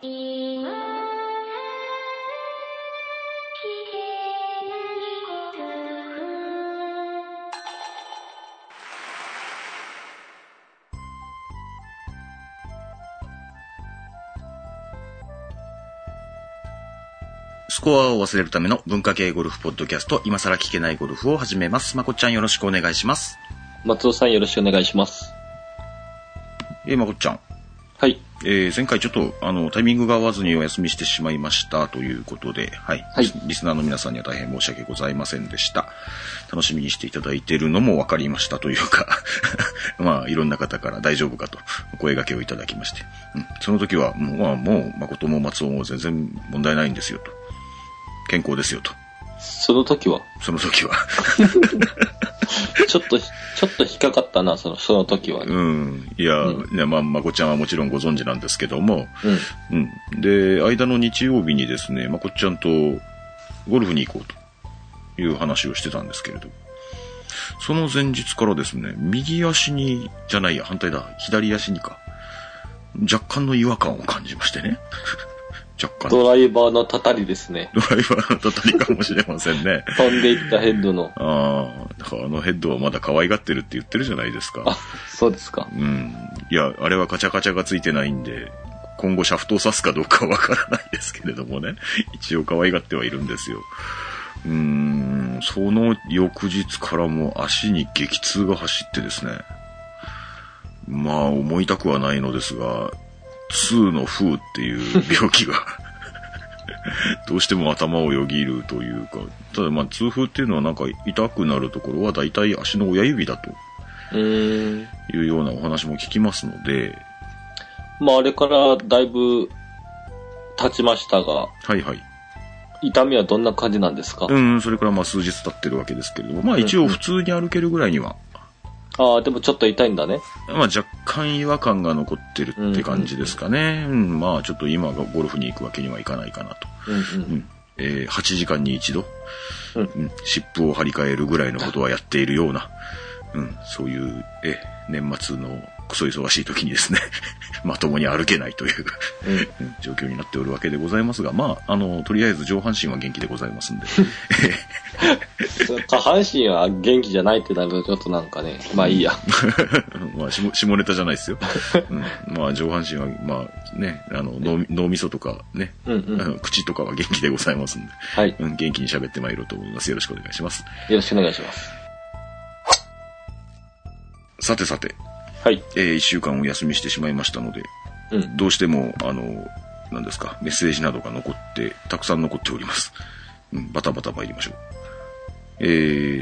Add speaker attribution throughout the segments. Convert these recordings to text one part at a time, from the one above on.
Speaker 1: 今は聞けないこと
Speaker 2: スコアを忘れるための文化系ゴルフポッドキャスト、今更聞けないゴルフを始めます。まこっちゃんよろしくお願いします。
Speaker 3: 松尾さんよろしくお願いします。
Speaker 2: えー、まこっちゃん。
Speaker 3: はい。
Speaker 2: えー、前回ちょっと、あの、タイミングが合わずにお休みしてしまいましたということで、はい。
Speaker 3: はい
Speaker 2: リスナーの皆さんには大変申し訳ございませんでした。楽しみにしていただいているのも分かりましたというか、 まあ、いろんな方から大丈夫かと、お声掛けをいただきまして。うん。その時は、もう、まあ、もう、誠も松尾も全然問題ないんですよと。健康ですよと。
Speaker 3: その時 は、
Speaker 2: その時は。
Speaker 3: ちょっと、ちょっと引っかかったな、その、その時は。うん。
Speaker 2: うん。いや、
Speaker 3: う
Speaker 2: ね、まあ、まこちゃんはもちろんご存知なんですけども、うん。で、間の日曜日にですね、まこっちゃんとゴルフに行こうという話をしてたんですけれど、その前日からですね、右足に、じゃないや、反対だ、左足にか、若干の違和感を感じましてね。 若干。
Speaker 3: ドライバーのたたりですね。
Speaker 2: ドライバーだったりかもしれませんね。
Speaker 3: 飛んでいったヘッドの。
Speaker 2: ああ、だからあのヘッドはまだ可愛がってるって言ってるじゃないですか。
Speaker 3: あ、そうですか。
Speaker 2: うん。いや、あれはカチャカチャがついてないんで、今後シャフトを刺すかどうかはわからないですけれどもね。 一応可愛がってはいるんですよ。うーん、その翌日からもう足に激痛が走ってですね。まあ、思いたくはないのですが、2の風っていう病気が、 どうしても頭をよぎるというか、ただまあ、痛風っていうのはなんか痛くなるところは大体足の親指だと
Speaker 3: うーん。
Speaker 2: いうようなお話も聞きますので、
Speaker 3: まあ、あれからだいぶ経ちましたが、
Speaker 2: はいはい。
Speaker 3: 痛みはどんな感じなんですか、
Speaker 2: うん、それからまあ数日経ってるわけですけれども、まあ一応普通に歩けるぐらいには、
Speaker 3: ああ、でもちょっと痛いんだね。
Speaker 2: まあ若干違和感が残ってるって感じですかね。うん、まあちょっと今がゴルフに行くわけにはいかないかなと。
Speaker 3: うんうん。
Speaker 2: えー8時間に一度、
Speaker 3: うん
Speaker 2: うん、湿布を張り替えるぐらいのことはやっているような、うん、そういう、え、年末のクソ忙しい時にですね、 まともに歩けないという
Speaker 3: うん
Speaker 2: うん状況になっておるわけでございますが、まあ、あの、とりあえず上半身は元気でございますんで、
Speaker 3: 下半身は元気じゃないってなるとちょっとなんかね、まあいいや。
Speaker 2: まあ、下下ネタじゃないですよ。うん、まあ、上半身は、まあね、あの脳み脳みそとかね、
Speaker 3: うんう
Speaker 2: あ
Speaker 3: ん。
Speaker 2: の口とかは元気でございますんで、
Speaker 3: はい。
Speaker 2: うん、元気に喋ってまいろうと思います。よろしくお願いします。
Speaker 3: よろしくお願いします。
Speaker 2: さてさて、
Speaker 3: はい。
Speaker 2: え1週間お休みしてしまいましたので、
Speaker 3: うん。
Speaker 2: どうしても、あの、なんですか、メッセージなどが残って、たくさん残っております。うん、バタバタ参りましょう。え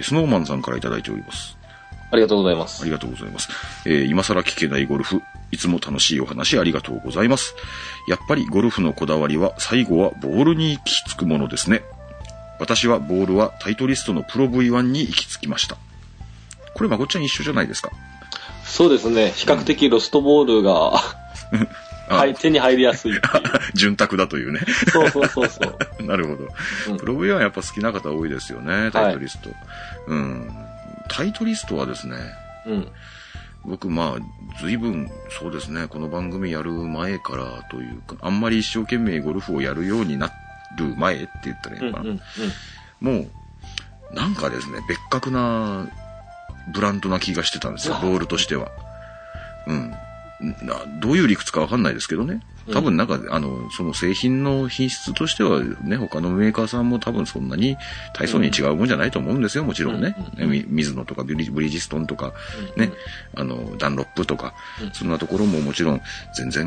Speaker 2: ー、スノーマンさんからいただいております。
Speaker 3: ありがとうございま
Speaker 2: あ
Speaker 3: す
Speaker 2: り。がとうございます。えー今更聞けないゴルフ、いつも楽しいお話ありがとうございます。やっぱりゴルフのこだわりは最後はボールに行き着くものですね。私はボールはタイトリストのプロ V1 に行き着きました。これまこっちゃん一緒じゃないですか。
Speaker 3: そうですね。比較的ロストボールが、
Speaker 2: あ
Speaker 3: はい、手に入りやすいっていう。
Speaker 2: 潤沢だというね。
Speaker 3: そうそうそうそう。
Speaker 2: なるほど。
Speaker 3: うん
Speaker 2: プロ V1 やっぱ好きな方多いですよね、タイトリスト。うん。タイトリストはですね、
Speaker 3: うん。
Speaker 2: 僕まあ随分そうですねこの番組やる前からというかあんまり一生懸命ゴルフをやるようになる前って言ったらいい
Speaker 3: う
Speaker 2: の
Speaker 3: んう
Speaker 2: かな、
Speaker 3: んうん。
Speaker 2: もうなんかですね別格なブランドな気がしてたんですよ
Speaker 3: うわ
Speaker 2: ボールとしてはうんなどういう理屈かわかんないですけどね多分なんか、あのその製品の品質としてはね他のメーカーさんも多分そんなに大層に違うもんじゃないと思うんですよもちろんね、
Speaker 3: うんうん
Speaker 2: みミズノとかブリブリヂストンとか
Speaker 3: うん
Speaker 2: ね。、あの、ダンロップとか
Speaker 3: うん、
Speaker 2: そんなところももちろん、全然、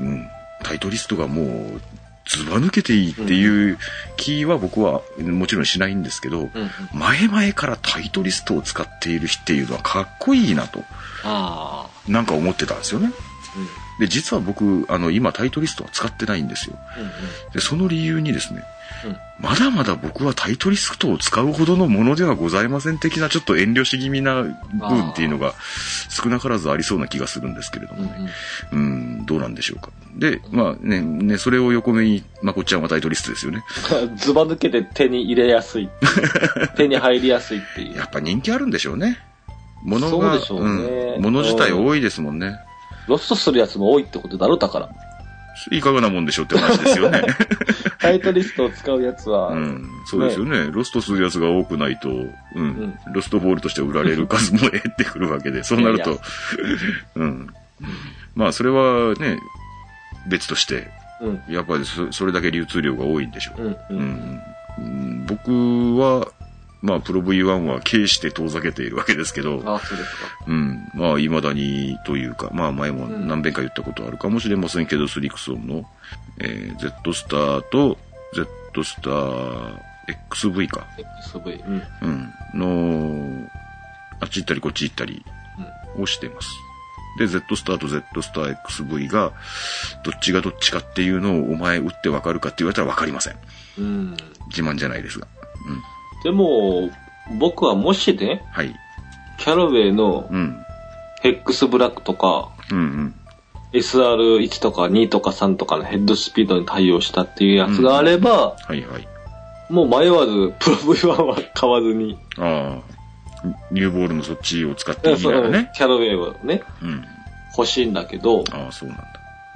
Speaker 2: うん、タイトリストがもう、ずば抜けていいっていう気は僕はもちろんしないんですけど、
Speaker 3: うんうん。
Speaker 2: 前々からタイトリストを使っている日っていうのはかっこいいなと、
Speaker 3: ああ。
Speaker 2: なんか思ってたんですよね。
Speaker 3: う
Speaker 2: で、実は僕、あの、今タイトリストは使ってないんですよ。
Speaker 3: んうん
Speaker 2: で、その理由にですね、
Speaker 3: うん
Speaker 2: まだまだ僕はタイトリストを使うほどのものではございません的なちょっと遠慮し気味な分っていうのが少なからずありそうな気がするんですけれど
Speaker 3: う
Speaker 2: も
Speaker 3: ん
Speaker 2: ね。うん、どうなんでしょうか。で、まあね、ね、それを横目に、まあこっちゃんはタイトリストですよね。
Speaker 3: うん。ずば抜けて手に入れ やすい。手に入りやすいっていう
Speaker 2: や。っぱ人気あるんでしょうね。ものが、
Speaker 3: そうでしょうね
Speaker 2: ん、もの自体多いですもんね。
Speaker 3: ロストするやつも多いってことだろ、だから。
Speaker 2: いかがなもんでしょうって話ですよね。
Speaker 3: タイトリストを使うやつは、
Speaker 2: うん、そうですよね。ロストするやつが多くないと、うん、
Speaker 3: ん
Speaker 2: ロストボールとして売られる数も減ってくるわけで、そうなると、
Speaker 3: いや
Speaker 2: うん。まあ、それはね、別として、
Speaker 3: うん、
Speaker 2: やっぱりそそれだけ流通量が多いんでしょ
Speaker 3: うん、う。
Speaker 2: う。うんん、うん僕は、まあ、プロ V1 は軽視して遠ざけているわけですけど、
Speaker 3: あ、そうですか。
Speaker 2: うん。まあ、未だにというか、まあ、前も
Speaker 3: うん
Speaker 2: 何遍か言ったことあるかもしれませんけど、スリクソンの、えー Z スターと、Z スター XV か。
Speaker 3: XV。うん。
Speaker 2: うん。の、あっち行ったりこっち行ったりをしてます。で、Z スターと Z スター XV が、どっちがどっちかっていうのをお前打ってわかるかって言われたらわかりません。
Speaker 3: うん。
Speaker 2: 自慢じゃないですが。うん。
Speaker 3: でも、僕はもしね、
Speaker 2: はい。
Speaker 3: キャラウェイの
Speaker 2: うん。
Speaker 3: ヘックスブラックとか、
Speaker 2: うんうん。
Speaker 3: SR1 とか2とか3とかのヘッドスピードに対応したっていうやつがあれ
Speaker 2: は
Speaker 3: ば、
Speaker 2: いはい。
Speaker 3: もう迷わず、プロ V1 は買わずに、
Speaker 2: ああ。ニューボールのそっちを使っていい
Speaker 3: そ
Speaker 2: なら
Speaker 3: のキ
Speaker 2: ね。
Speaker 3: ャラウェイをね、
Speaker 2: うん。
Speaker 3: 欲しいんだけど、
Speaker 2: ああ、そうなんだ。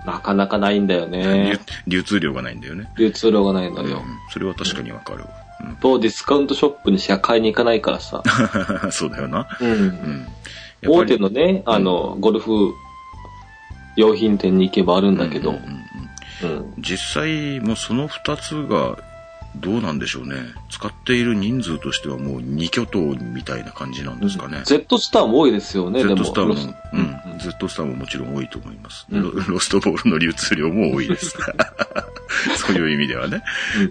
Speaker 3: なかなかないんだよ
Speaker 2: 流
Speaker 3: ね。
Speaker 2: 流通量がないんだよね。
Speaker 3: 流通量がないの
Speaker 2: うん
Speaker 3: よ。、
Speaker 2: それは確かにわかるわ。
Speaker 3: と、ディスカウントショップにしか買いに行かないか らさ。
Speaker 2: うんそうだよな。
Speaker 3: う。
Speaker 2: うんん。やっぱ
Speaker 3: 大
Speaker 2: り
Speaker 3: 手のね、あの、ゴルフ用品店に行けばあるんだけど
Speaker 2: うんうん、うん
Speaker 3: うん。
Speaker 2: 実際、もうその二つがどうなんでしょうね。使っている人数としてはもう二巨頭みたいな感じなんですかね。
Speaker 3: Z スターも多いですよね、で
Speaker 2: Z
Speaker 3: も。
Speaker 2: スターも、
Speaker 3: ロス
Speaker 2: う
Speaker 3: うん
Speaker 2: ん、Z スターももちろん多いと思います。
Speaker 3: うん
Speaker 2: ロロストボールの流通量も多い です。そういう意味ではね。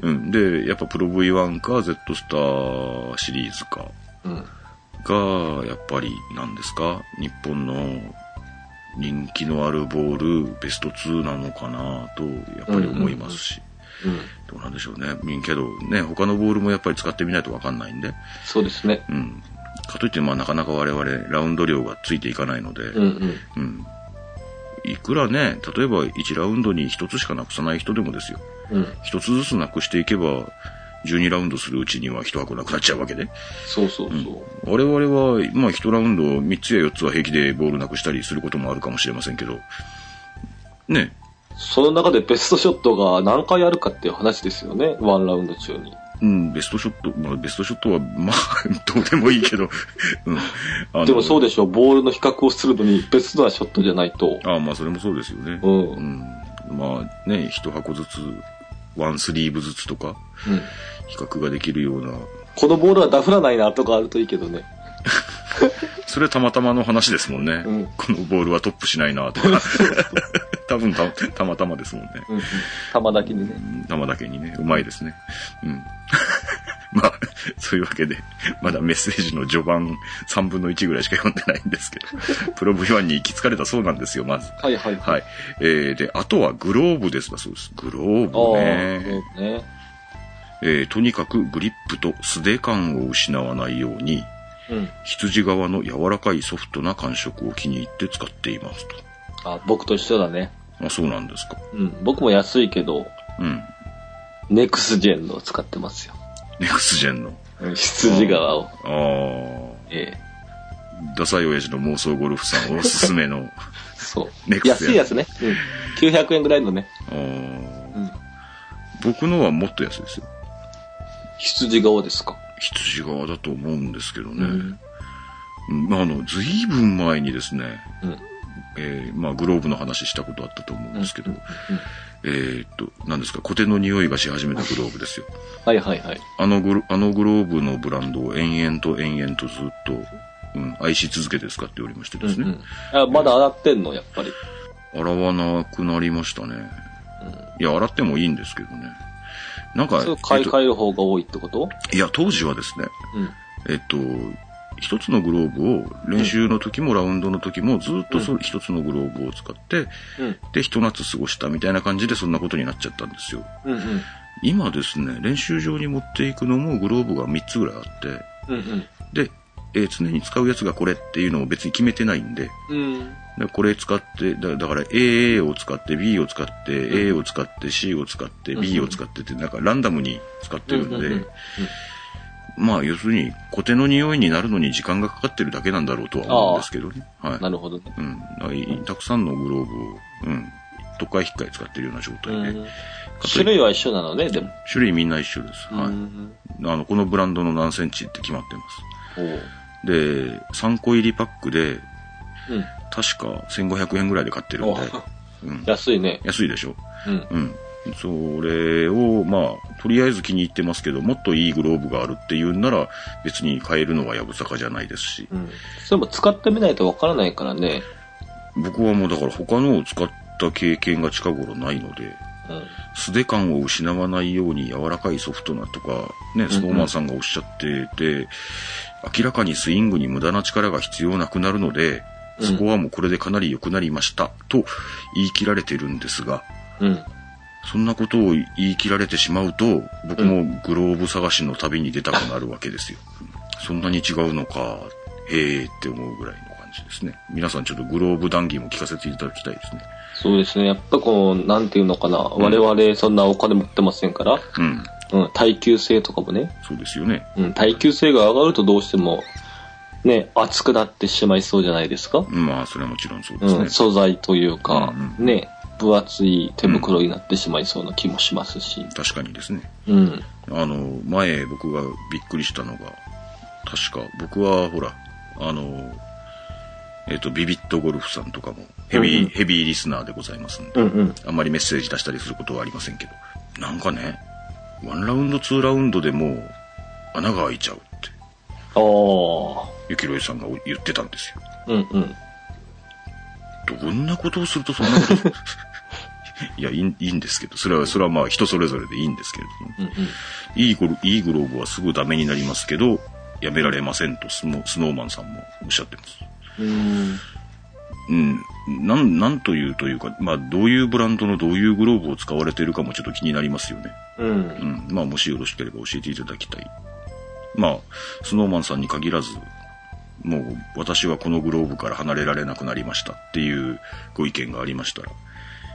Speaker 2: うん、で、やっぱプロ V1 か Z スターシリーズか
Speaker 3: うん。
Speaker 2: が、やっぱり、なんですか、日本の人気のあるボール、ベスト2なのかなと、やっぱり思いますし、
Speaker 3: うん。
Speaker 2: どうなんでしょうね。うんけど、ね、他のボールもやっぱり使ってみないとわかんないんで、
Speaker 3: そうですね。
Speaker 2: うん。かといって、まあ、なかなか我々、ラウンド量がついていかないので、
Speaker 3: うんうん。
Speaker 2: うん。いくらね、例えば1ラウンドに1つしかなくさない人でもですよ。
Speaker 3: うん。
Speaker 2: 1つずつなくしていけば、12ラウンドするうちには1箱なくなっちゃうわけで。
Speaker 3: そうそうそう。
Speaker 2: 我々は、まあ、1ラウンド3つや4つは平気でボールなくしたりすることもあるかもしれませんけど、ね、
Speaker 3: その中でベストショットが何回あるかっていう話ですよね、ワンラウンド中に。
Speaker 2: うん、ベストショット、まあ、ベストショットは、まあ、 どうでもいいけど、うん。あの
Speaker 3: でもそうでしょ、ボールの比較をするのにベストなショットじゃないと。
Speaker 2: ああ、まあ、それもそうですよね。
Speaker 3: うん。う。
Speaker 2: うんん。まあ、ね、1箱ずつ、ワンスリーブずつとか、比較ができるような、
Speaker 3: このボールはダフらないなとかあるといいけどね。
Speaker 2: それたまたまの話ですもんね。
Speaker 3: うん
Speaker 2: このボールはトップしないなと か。多分たたまたまですもんね。
Speaker 3: うんうん。球だけにね。
Speaker 2: 生だけにね、うまいですね。うん。 まあ、そういうわけで、まだメッセージの序盤3分の1ぐらいしか読んでないんですけど、 プロ V1 に行き着かれたそうなんですよ、まず。
Speaker 3: はいはいはい。
Speaker 2: はい。えー、で、あとはグローブですだそうです。グロー
Speaker 3: ああ、
Speaker 2: ブね。
Speaker 3: そうね。
Speaker 2: えーとにかくグリップと素手感を失わないように、
Speaker 3: うん。
Speaker 2: 羊側の柔らかいソフトな感触を気に入って使っていますと。
Speaker 3: あ、僕と一緒だね。
Speaker 2: あ、そうなんですか。
Speaker 3: うん。僕も安いけど、
Speaker 2: うん。
Speaker 3: ネクスジェンのを使ってますよ。
Speaker 2: ネクスジェンの。
Speaker 3: うん羊側を。
Speaker 2: あ
Speaker 3: ええ。
Speaker 2: あ、ダサい親父の妄想ゴルフさんおすすめ の。
Speaker 3: そう
Speaker 2: ネ。クスジェン
Speaker 3: 安いやつね。うん。900円ぐらいのね。
Speaker 2: あー
Speaker 3: うん。
Speaker 2: 僕のはもっと安いですよ。
Speaker 3: 羊側ですか。
Speaker 2: 羊側だと思うんですけど
Speaker 3: う
Speaker 2: ね。
Speaker 3: ん。
Speaker 2: まあ、あの、ずいぶん前にですね、
Speaker 3: うん。
Speaker 2: えーまあ、グローブの話したことあったと思うんですけど、
Speaker 3: うん
Speaker 2: えーっと、何ですか、コテの匂いがし始めたグローブですよ。
Speaker 3: はいはいはい。
Speaker 2: あのグロ、あのグローブのブランドを延々と延々とずっと、うん、愛し続けて使っておりましてですね。
Speaker 3: うんうん、あまだ洗ってんの、やっぱり。
Speaker 2: 洗わなくなりましたね。いや、洗ってもいいんですけどね。なんか、
Speaker 3: それを買い替える方が多いってこと
Speaker 2: えっといや、当時はですね、
Speaker 3: うん。
Speaker 2: えっと、一つのグローブを練習の時もラウンドの時もずっとそ一つのグローブを使って、
Speaker 3: うん。
Speaker 2: で、一夏過ごしたみたいな感じでそんなことになっちゃったんですよ。
Speaker 3: うんうん。
Speaker 2: 今ですね、練習場に持っていくのもグローブが3つぐらいあっ
Speaker 3: うんうん。
Speaker 2: て、で、えー常に使うやつがこれっていうのを別に決めてないんで、
Speaker 3: うん。
Speaker 2: でこれ使って、だだから AA を使って B を使って、A を使って C を使って
Speaker 3: うん
Speaker 2: B を使ってって、なんかランダムに使ってるんで、
Speaker 3: うんうんうん
Speaker 2: まあ要するにコテの匂いになるのに時間がかかってるだけなんだろうとは思うんですけどね。はい。
Speaker 3: なるほどね。
Speaker 2: うんだからい。たくさんのグローブを、うん、特価引っかい使ってるような状態で。
Speaker 3: 種類は一緒なのね、でも。
Speaker 2: 種類みんな一緒です。はい。
Speaker 3: うん
Speaker 2: あの、このブランドの何センチって決まってま
Speaker 3: おう
Speaker 2: す。で、3個入りパックで、
Speaker 3: うん
Speaker 2: 確か1500円ぐらいで買ってるん
Speaker 3: お
Speaker 2: で、うん、
Speaker 3: 安いね。
Speaker 2: 安いでしょ
Speaker 3: うん。
Speaker 2: うん。それを、まあ、とりあえず気に入ってますけど、もっといいグローブがあるっていうんなら、別に買えるのはやぶさかじゃないですし、
Speaker 3: うん。それも使ってみないとわからないからね。
Speaker 2: 僕はもうだから他のを使った経験が近頃ないので、
Speaker 3: うん。
Speaker 2: 素手感を失わないように柔らかいソフトなとか、ね、スノーマンさんがおっしゃってて、明らかにスイングに無駄な力が必要なくなるので、
Speaker 3: うん
Speaker 2: そこはもうこれでかなり良くなりました、と言い切られてるんですが、
Speaker 3: うん。
Speaker 2: そんなことを言い切られてしまうと、僕もグローブ探しの旅に出たくなるわけですよ。そんなに違うのか、へえって思うぐらいの感じですね。皆さんちょっとグローブ談義も聞かせていただきたいですね。
Speaker 3: そうですね。やっぱこう、なんていうのかな。我々そんなお金持ってませんから、
Speaker 2: うん、
Speaker 3: うん。耐久性とかもね。
Speaker 2: そうですよね。
Speaker 3: うん。耐久性が上がるとどうしても、ね、熱くなってしまいそうじゃないですか。
Speaker 2: まあ、それはもちろんそうで
Speaker 3: う
Speaker 2: すね
Speaker 3: ん。。素材というか
Speaker 2: うん、う
Speaker 3: ね、分厚い手袋になってしまいそうな気もしますし。
Speaker 2: 確かにですね。
Speaker 3: うん。
Speaker 2: あの、前僕がびっくりしたのが、確か僕はほら、あの、えっ、と、ビビットゴルフさんとかもヘビー、
Speaker 3: うんうん
Speaker 2: ヘビーリスナーでございますんで、
Speaker 3: うんうん。
Speaker 2: あんまりメッセージ出したりすることはありませんけど、なんかね、ワンラウンド、ツーラウンドでもう穴が開いちゃうって、
Speaker 3: ああ。
Speaker 2: ゆきろいさんが言ってたんですよ。
Speaker 3: うんうん。
Speaker 2: どんなことを するとそんなこといやいい、いいんですけど、それは、それはまあ人それぞれでいいんですけれども、
Speaker 3: うんうん。
Speaker 2: いいグロいいグローブはすぐダメになりますけど、やめられませんとスノスノーマンさんもおっしゃってます。
Speaker 3: うん。
Speaker 2: うん。なん、なんというというか、まあ、どういうブランドのどういうグローブを使われているかもちょっと気になりますよね。
Speaker 3: うん
Speaker 2: う。ん。まあ、もしよろしければ教えていただきたい。まあ、スノーマンさんに限らず、もう私はこのグローブから離れられなくなりましたっていうご意見がありましたら、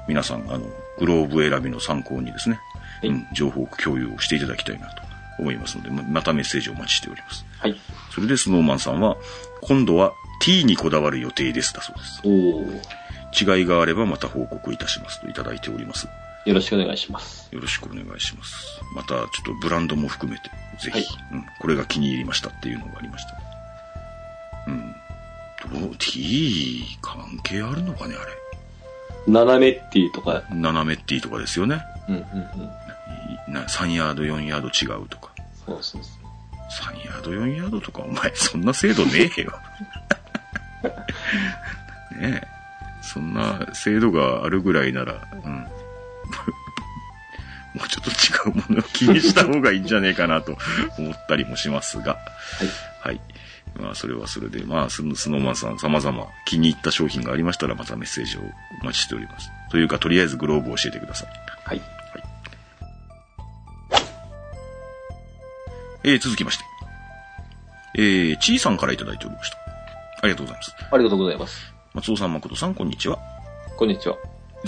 Speaker 2: 皆さん、あの、グローブ選びの参考にですね、
Speaker 3: い
Speaker 2: うん、情報共有をしていただきたいなと思いますので、ままたメッセージをお待ちしております。
Speaker 3: はい。
Speaker 2: それでスノーマンさんは、今度は T にこだわる予定ですだそうです。
Speaker 3: おお。
Speaker 2: 違いがあればまた報告いたしますといただいております。
Speaker 3: よろしくお願いします。
Speaker 2: よろしくお願いします。またちょっとブランドも含めて、ぜひ、
Speaker 3: はい
Speaker 2: うん、これが気に入りましたっていうのがありました。うん。どう T 関係あるのかね、あ
Speaker 3: 斜めっていうとか。
Speaker 2: れ。斜め T とかですよね。
Speaker 3: うんうんうん。
Speaker 2: いな3ヤード、4ヤード違うとか。
Speaker 3: そうそうそ
Speaker 2: 3ヤード、4ヤードとか、お前、 そんな制度ねえよ。 ねえ。そんな制度があるぐらいなら、うん。 もうちょっと違うものを気にした方がいいんじゃねえかなと思ったりもしますが。はい。まあ、それはそれで、まあ、スノスノーマンさん様々気に入った商品がありましたら、またメッセージをお待ちしております。というか、とりあえずグローブを教えてください。
Speaker 3: はい。
Speaker 2: えー、続きまして。えー、ちいさんからいただいておりました。ありがとうございます。
Speaker 3: ありがとうございます。
Speaker 2: 松尾さん、誠さん、こんにちは。
Speaker 3: こんにちは。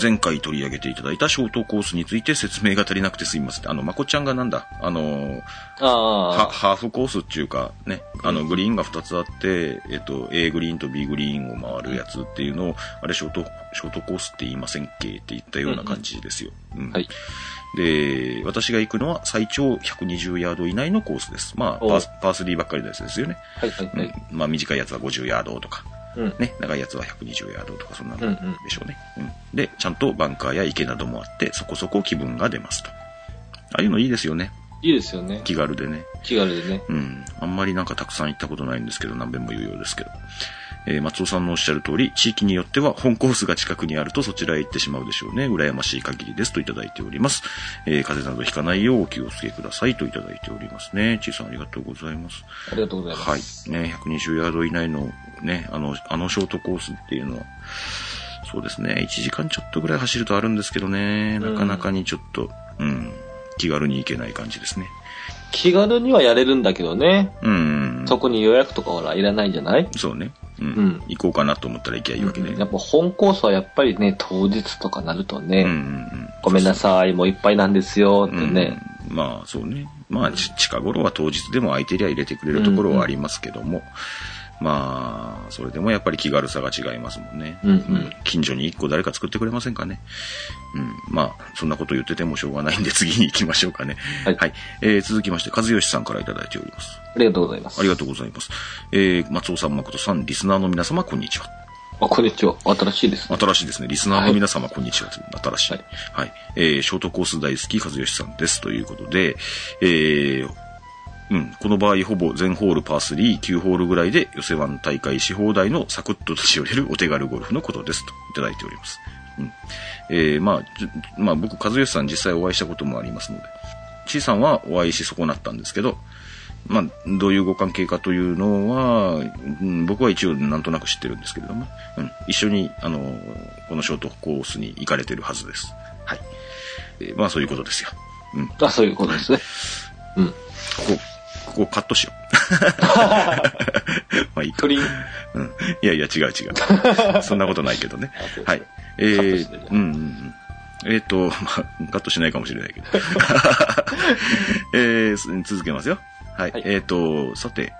Speaker 2: 前回取り上げていただいたショートコースについて説明が足りなくてすいません。あの、まこちゃんがなんだ、あのーは、
Speaker 3: ああ。
Speaker 2: ハーフコースっていうか、ね、あの、グリーンが2つあって、えっと、A グリーンと B グリーンを回るやつっていうのを、あれ、ショート、ショートコースって言いませんっけって言ったような感じですよ。うん
Speaker 3: はい。
Speaker 2: で、私が行くのは最長120ヤード以内のコースです。まあ、パ
Speaker 3: お
Speaker 2: ースパー3ばっかりのやつですよね。
Speaker 3: はいはいは
Speaker 2: うん
Speaker 3: い。
Speaker 2: まあ、短いやつは50ヤードとか、
Speaker 3: うん。
Speaker 2: ね、長いやつは120ヤードとか、そんな
Speaker 3: うんう
Speaker 2: の
Speaker 3: ん。
Speaker 2: でしょうね、うん。で、ちゃんとバンカーや池などもあって、そこそこ気分が出ますと。ああいうのいいですよね。
Speaker 3: いいですよね。
Speaker 2: 気軽でね。
Speaker 3: 気軽でね。
Speaker 2: うん。あんまりなんかたくさん行ったことないんですけど、何遍も言うようですけど。えー松尾さんのおっしゃる通り、地域によっては本コースが近くにあるとそちらへ行ってしまうでしょうね。羨ましい限りですといただいております。えー風邪などひかないようお気をつけくださいといただいておりますね。ちいさんありがとうございます。
Speaker 3: ありがとうございます。
Speaker 2: はい。ね、120ヤード以内のね、あの、あのショートコースっていうのは、そうですね、1時間ちょっとぐらい走るとあるんですけどね、なかなかにちょっと、うん、気軽に行けない感じですね。
Speaker 3: 気軽にはやれるんだけどね。
Speaker 2: うん。
Speaker 3: そこに予約とかほらいらないんじゃない
Speaker 2: そうね。うん。
Speaker 3: うん
Speaker 2: 行こうかなと思ったら行きゃいいわけで。
Speaker 3: やっぱ本コースはやっぱりね、当日とかなると
Speaker 2: うんうん
Speaker 3: ね、
Speaker 2: うん。
Speaker 3: ごめんなさい、もういっぱいなんですよ、ってね。
Speaker 2: うん。まあ、そうね。まあ、ち近頃は当日でも空いてりゃ入れてくれるところはありますけども、まあ、それでもやっぱり気軽さが違いますもんね。
Speaker 3: うんうん
Speaker 2: 近所に一個誰か作ってくれませんかね。うん。まあ、そんなこと言っててもしょうがないんで次に行きましょうかね。
Speaker 3: はい
Speaker 2: えー続きまして、和義さんからいただいております。
Speaker 3: ありがとうございます。
Speaker 2: ありがとうございます。えー、松尾さん、誠さん、リスナーの皆様、こんにちは。
Speaker 3: あ、こんにちは。新しいですね。
Speaker 2: 新しいですね。リスナーの皆様、こんにちは。新しい。は
Speaker 3: はいい。
Speaker 2: えー、ショートコース大好き、和義さんです。ということで、えー、うん、この場合、ほぼ全ホールパー3、9ホールぐらいで寄せ1大会し放題のサクッと立ち寄れるお手軽ゴルフのことです。といただいております。うん。えー、まあ、じゅまあ、僕、和義さん実際お会いしたこともありますので、C さんはお会いし損なったんですけど、まあ、どういうご関係かというのは、うん僕は一応なんとなく知ってるんですけれども、うん、一緒に、あの、このショートコースに行かれてるはずです。はい。えーまあ、そういうことですよ。うん。こ
Speaker 3: あ、そういうこ とですね。うん。
Speaker 2: こ、ここカットしよ う。まあいいか。
Speaker 3: 鳥居
Speaker 2: うん。いやいや、違う違う。そんなことないけどね。はい。え
Speaker 3: カットしてね
Speaker 2: ー、うんうんうん。えっ、と、ま あ、カットしないかもしれ ないけど。えーす続けますよ。はい。
Speaker 3: はい
Speaker 2: えっ、と、さて、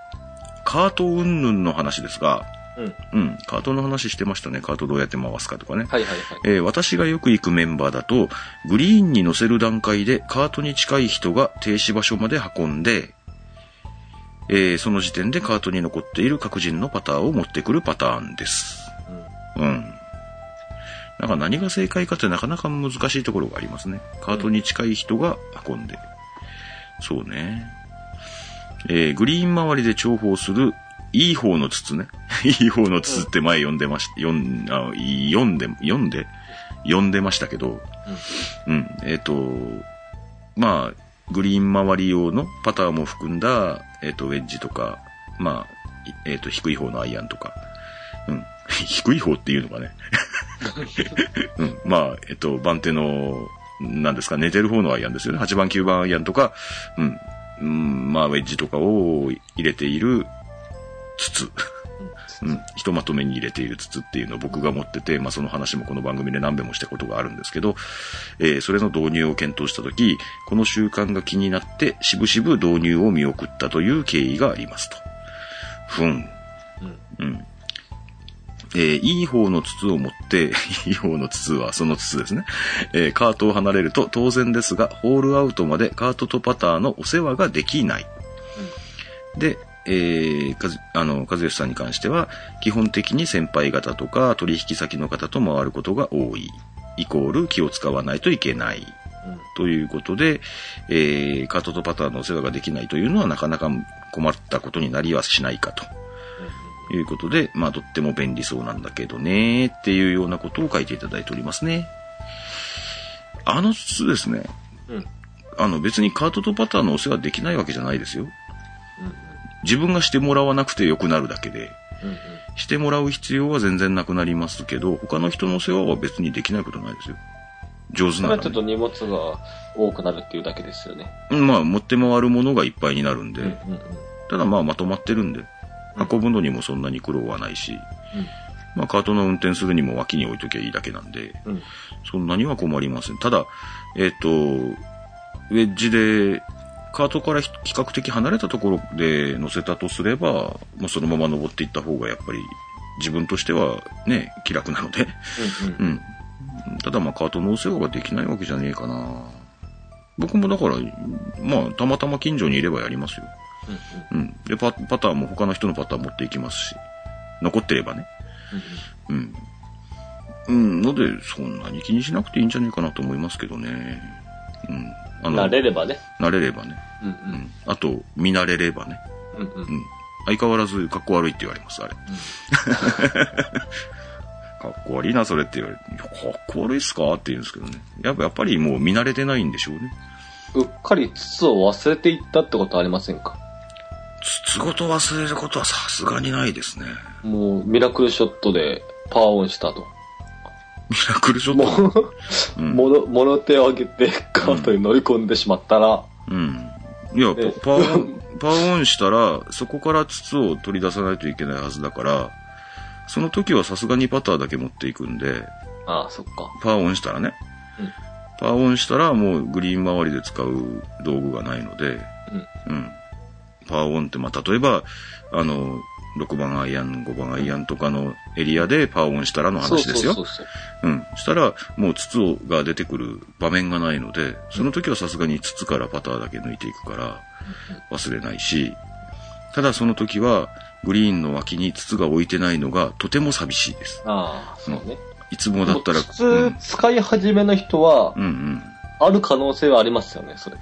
Speaker 2: カート云々の話ですが、
Speaker 3: うん。はい
Speaker 2: うん、カートの話してましたね。カートどうやって回すかとかね。
Speaker 3: はいはい。
Speaker 2: えー私がよく行くメンバーだと、グリーンに乗せる段階でカートに近い人が停止場所まで運んで、えーその時点でカートに残っている各人のパターを持ってくるパターンです。
Speaker 3: うん
Speaker 2: うん。なんか何が正解かってなかなか難しいところがありますね。カートに近い人が運んで。そうね。えーグリーン周りで重宝する、いい方の筒ね。 いい方の筒って前読んでました、読ん、あ、い読んで、読んで、読んでましたけど、うん、えっ、と、まあ、グリーン周り用のパターも含んだ、えっ、と、ウェッジとか、まあ、いえっ、と、低い方のアイアンとか、うん、 低い方っていうのがね、うん、まあ、えっ、と、番手の、なんですか、寝てる方のアイアンですよね。8番、9番アイアンとか、うん、うん、まあ、ウェッジとかを入れている筒。うん、ひとまとめに入れている筒っていうのを僕が持ってて、まあ、その話もこの番組で何べんもしたことがあるんですけど、えーそれの導入を検討したとき、この習慣が気になって、しぶしぶ導入を見送ったという経緯がありますと。ふん。うん。えーいい方の筒を持って、 いい方の筒はその筒ですね。えーカートを離れると当然ですが、ホールアウトまでカートとパターのお世話ができない。で、えー、かずあの、和義さんに関しては、基本的に先輩方とか取引先の方と回ることが多い。イコール気を使わないといけない。ということで、えー、カートとパターのお世話ができないというのはなかなか困ったことになりはしないかということで、まあ、とっても便利そうなんだけどね、っていうようなことを書いていただいておりますね。あの筒ですね、
Speaker 3: うん。うん。うん。
Speaker 2: あの別にカートとパターのお世話できないわけじゃないですよ。自分がしてもらわなくてよくなるだけで、
Speaker 3: うん。
Speaker 2: してもらう必要は全然なくなりますけど、他の人の世話は別にできないことないですよ。上手
Speaker 3: それ
Speaker 2: な
Speaker 3: は
Speaker 2: ら
Speaker 3: ちょっ
Speaker 2: ね、
Speaker 3: と荷物が多くなるっていうだけですよね。
Speaker 2: うんまあ、持って回るものがいっぱいになるんで、
Speaker 3: うん。うん。うん。
Speaker 2: ただまあ、まとまってるんで、運ぶのにもそんなに苦労はないし、まあ、カートの運転するにも脇に置いときゃいいだけなんで、
Speaker 3: うん。
Speaker 2: そんなには困りません。ただ、えっ、と、ウェッジで、カートから比較的離れたところで乗せたとすれば、もうそのまま登っていった方がやっぱり自分としてはね、気楽なので。
Speaker 3: うん。う。
Speaker 2: うんん。ただまあカートのお世話ができないわけじゃねえかな。僕もだから、まあたまたま近所にいればやりますよ。
Speaker 3: うん。
Speaker 2: うん。で、パパターンも他の人のパターン持っていきますし、残ってればね。うん。うん、ので、そんなに気にしなくていいんじゃないかなと思いますけどね。うん。あ
Speaker 3: うん。慣れればね。
Speaker 2: 慣れればね。
Speaker 3: うん。
Speaker 2: うん。あと、見慣れればね。
Speaker 3: うん。うん。うん。
Speaker 2: うん。相変わらず、格好悪いって言われます、あれ。かっこ悪いな、それって言われて、いやかっこ悪いっすかって言うんですけどね。やっぱ、やっぱりもう見慣れてないんでしょうね。
Speaker 3: うっかり筒を忘れていったってことありませんか
Speaker 2: つ、つごと忘れることはさすがにないですね。
Speaker 3: もう、ミラクルショットでパーオンしたと。
Speaker 2: ミラクルショ
Speaker 3: も
Speaker 2: ット。
Speaker 3: う、
Speaker 2: うん。
Speaker 3: もの、もの手を挙げてカートに乗り込んでしまったら、
Speaker 2: うん。いや、
Speaker 3: え
Speaker 2: パパーオ ン、パーオンしたら、そこから筒を取り出さないといけないはずだから、その時はさすがにパターだけ持っていくんで、
Speaker 3: ああ、そっか。
Speaker 2: パーオンしたらね。
Speaker 3: うん
Speaker 2: パーオンしたらもうグリーン周りで使う道具がないので、うん。パーオンって、まあ、例えば、あの、 6番アイアン、5番アイアンとかのエリアでパーオンしたらの話ですよ。
Speaker 3: そうそうそう
Speaker 2: うん。したら、もう筒が出てくる場面がないので、その時はさすがに筒からパターだけ抜いていくから、忘れないし、ただその時は、グリーンの脇に筒が置いてないのがとても寂しいです。
Speaker 3: ああ、そうね。
Speaker 2: いつもだったら、
Speaker 3: 普
Speaker 2: う
Speaker 3: 通
Speaker 2: ん、
Speaker 3: 使い始めの人は、
Speaker 2: うんうん。
Speaker 3: ある可能性はありますよね、それ。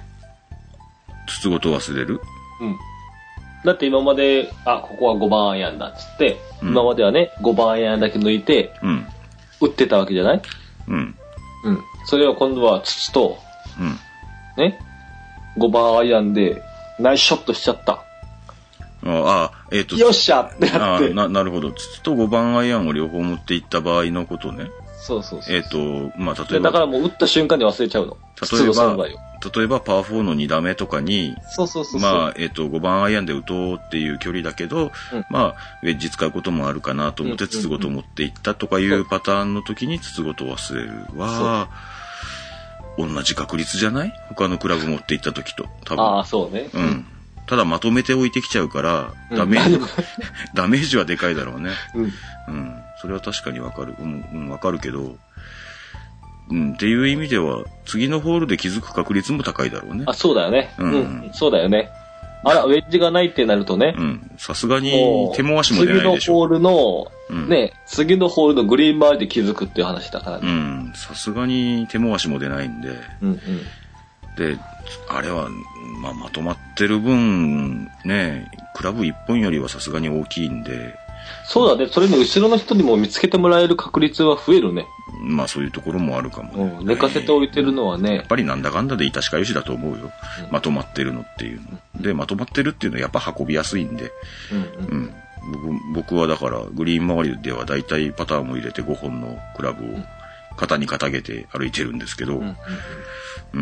Speaker 2: 筒ごと忘れる
Speaker 3: うん。だって今まで、あ、ここは5番アイアンだっつって、
Speaker 2: うん
Speaker 3: 今まではね、5番アイアンだけ抜いて、
Speaker 2: うん。
Speaker 3: 打ってたわけじゃない
Speaker 2: うん。
Speaker 3: うん。それを今度は土と、
Speaker 2: うん。
Speaker 3: ね、5番アイアンで、ナイスショットしちゃった。
Speaker 2: ああ、えっ、と、
Speaker 3: よっしゃってやっ
Speaker 2: あ
Speaker 3: て。
Speaker 2: ななるほど。筒と5番アイアンを両方持っていった場合のことね。
Speaker 3: そうそうそう。
Speaker 2: えっ、と、まあ、例
Speaker 3: で
Speaker 2: え
Speaker 3: だから
Speaker 2: ば、
Speaker 3: もう打った瞬間に忘れちゃうの。
Speaker 2: 例えば
Speaker 3: 筒の存在を
Speaker 2: 例えばパー4の2打目とかに、
Speaker 3: そうそうそうそう。
Speaker 2: まあ、えっ、と、5番アイアンで打とうっていう距離だけど、
Speaker 3: うん
Speaker 2: まあ、ウェッジ使うこともあるかなと思って、
Speaker 3: うんうんうん
Speaker 2: 筒ごと持っていったとかい
Speaker 3: そう
Speaker 2: うパターンの時に筒ごと忘れるは、同じ確率じゃない他のクラブ持っていった時と、多
Speaker 3: あ
Speaker 2: 分。
Speaker 3: あ、そうね。
Speaker 2: うん。ただまとめて置いてきちゃうから、
Speaker 3: うん
Speaker 2: ダメージ、
Speaker 3: うん
Speaker 2: ダメージはでかいだろうね。
Speaker 3: うん。
Speaker 2: うん。それは確かにわかる。うん、うん、わかるけど、うん、っていう意味では、次のホールで気づく確率も高いだろうね
Speaker 3: あ、。そうだよね。
Speaker 2: う
Speaker 3: うんん、そうだよね。あら、ウェッジがないってなるとね
Speaker 2: う、ん。さすがに
Speaker 3: も、う
Speaker 2: 手も足も出ないでし
Speaker 3: 次の
Speaker 2: ょ。
Speaker 3: ホールの、
Speaker 2: うん
Speaker 3: ね、次のホールのグリーン周りで気づくっていう話だから
Speaker 2: う
Speaker 3: ね。
Speaker 2: ん。さすがに手も足も出ないんで。
Speaker 3: うん、うん、
Speaker 2: で、あれは、まあ、まとまってる分、ね、クラブ1本よりはさすがに大きいんで、
Speaker 3: そうだね。それに後ろの人にも見つけてもらえる確率は増えるね。
Speaker 2: まあそういうところもあるかも
Speaker 3: う
Speaker 2: ね。
Speaker 3: ん。寝かせておいてるのは
Speaker 2: や
Speaker 3: ね
Speaker 2: っ、ぱりなんだかんだでいたしかよしだと思うよ
Speaker 3: う。ん
Speaker 2: まとまってるのっていうの。で、まとまってるっていうのはやっぱ運びやすいんで。
Speaker 3: うん、
Speaker 2: う
Speaker 3: うん。
Speaker 2: ん。僕僕はだから、グリーン周りでは大体パターンを入れて5本のクラブを肩に肩げて歩いてるんですけど、
Speaker 3: うん、うん。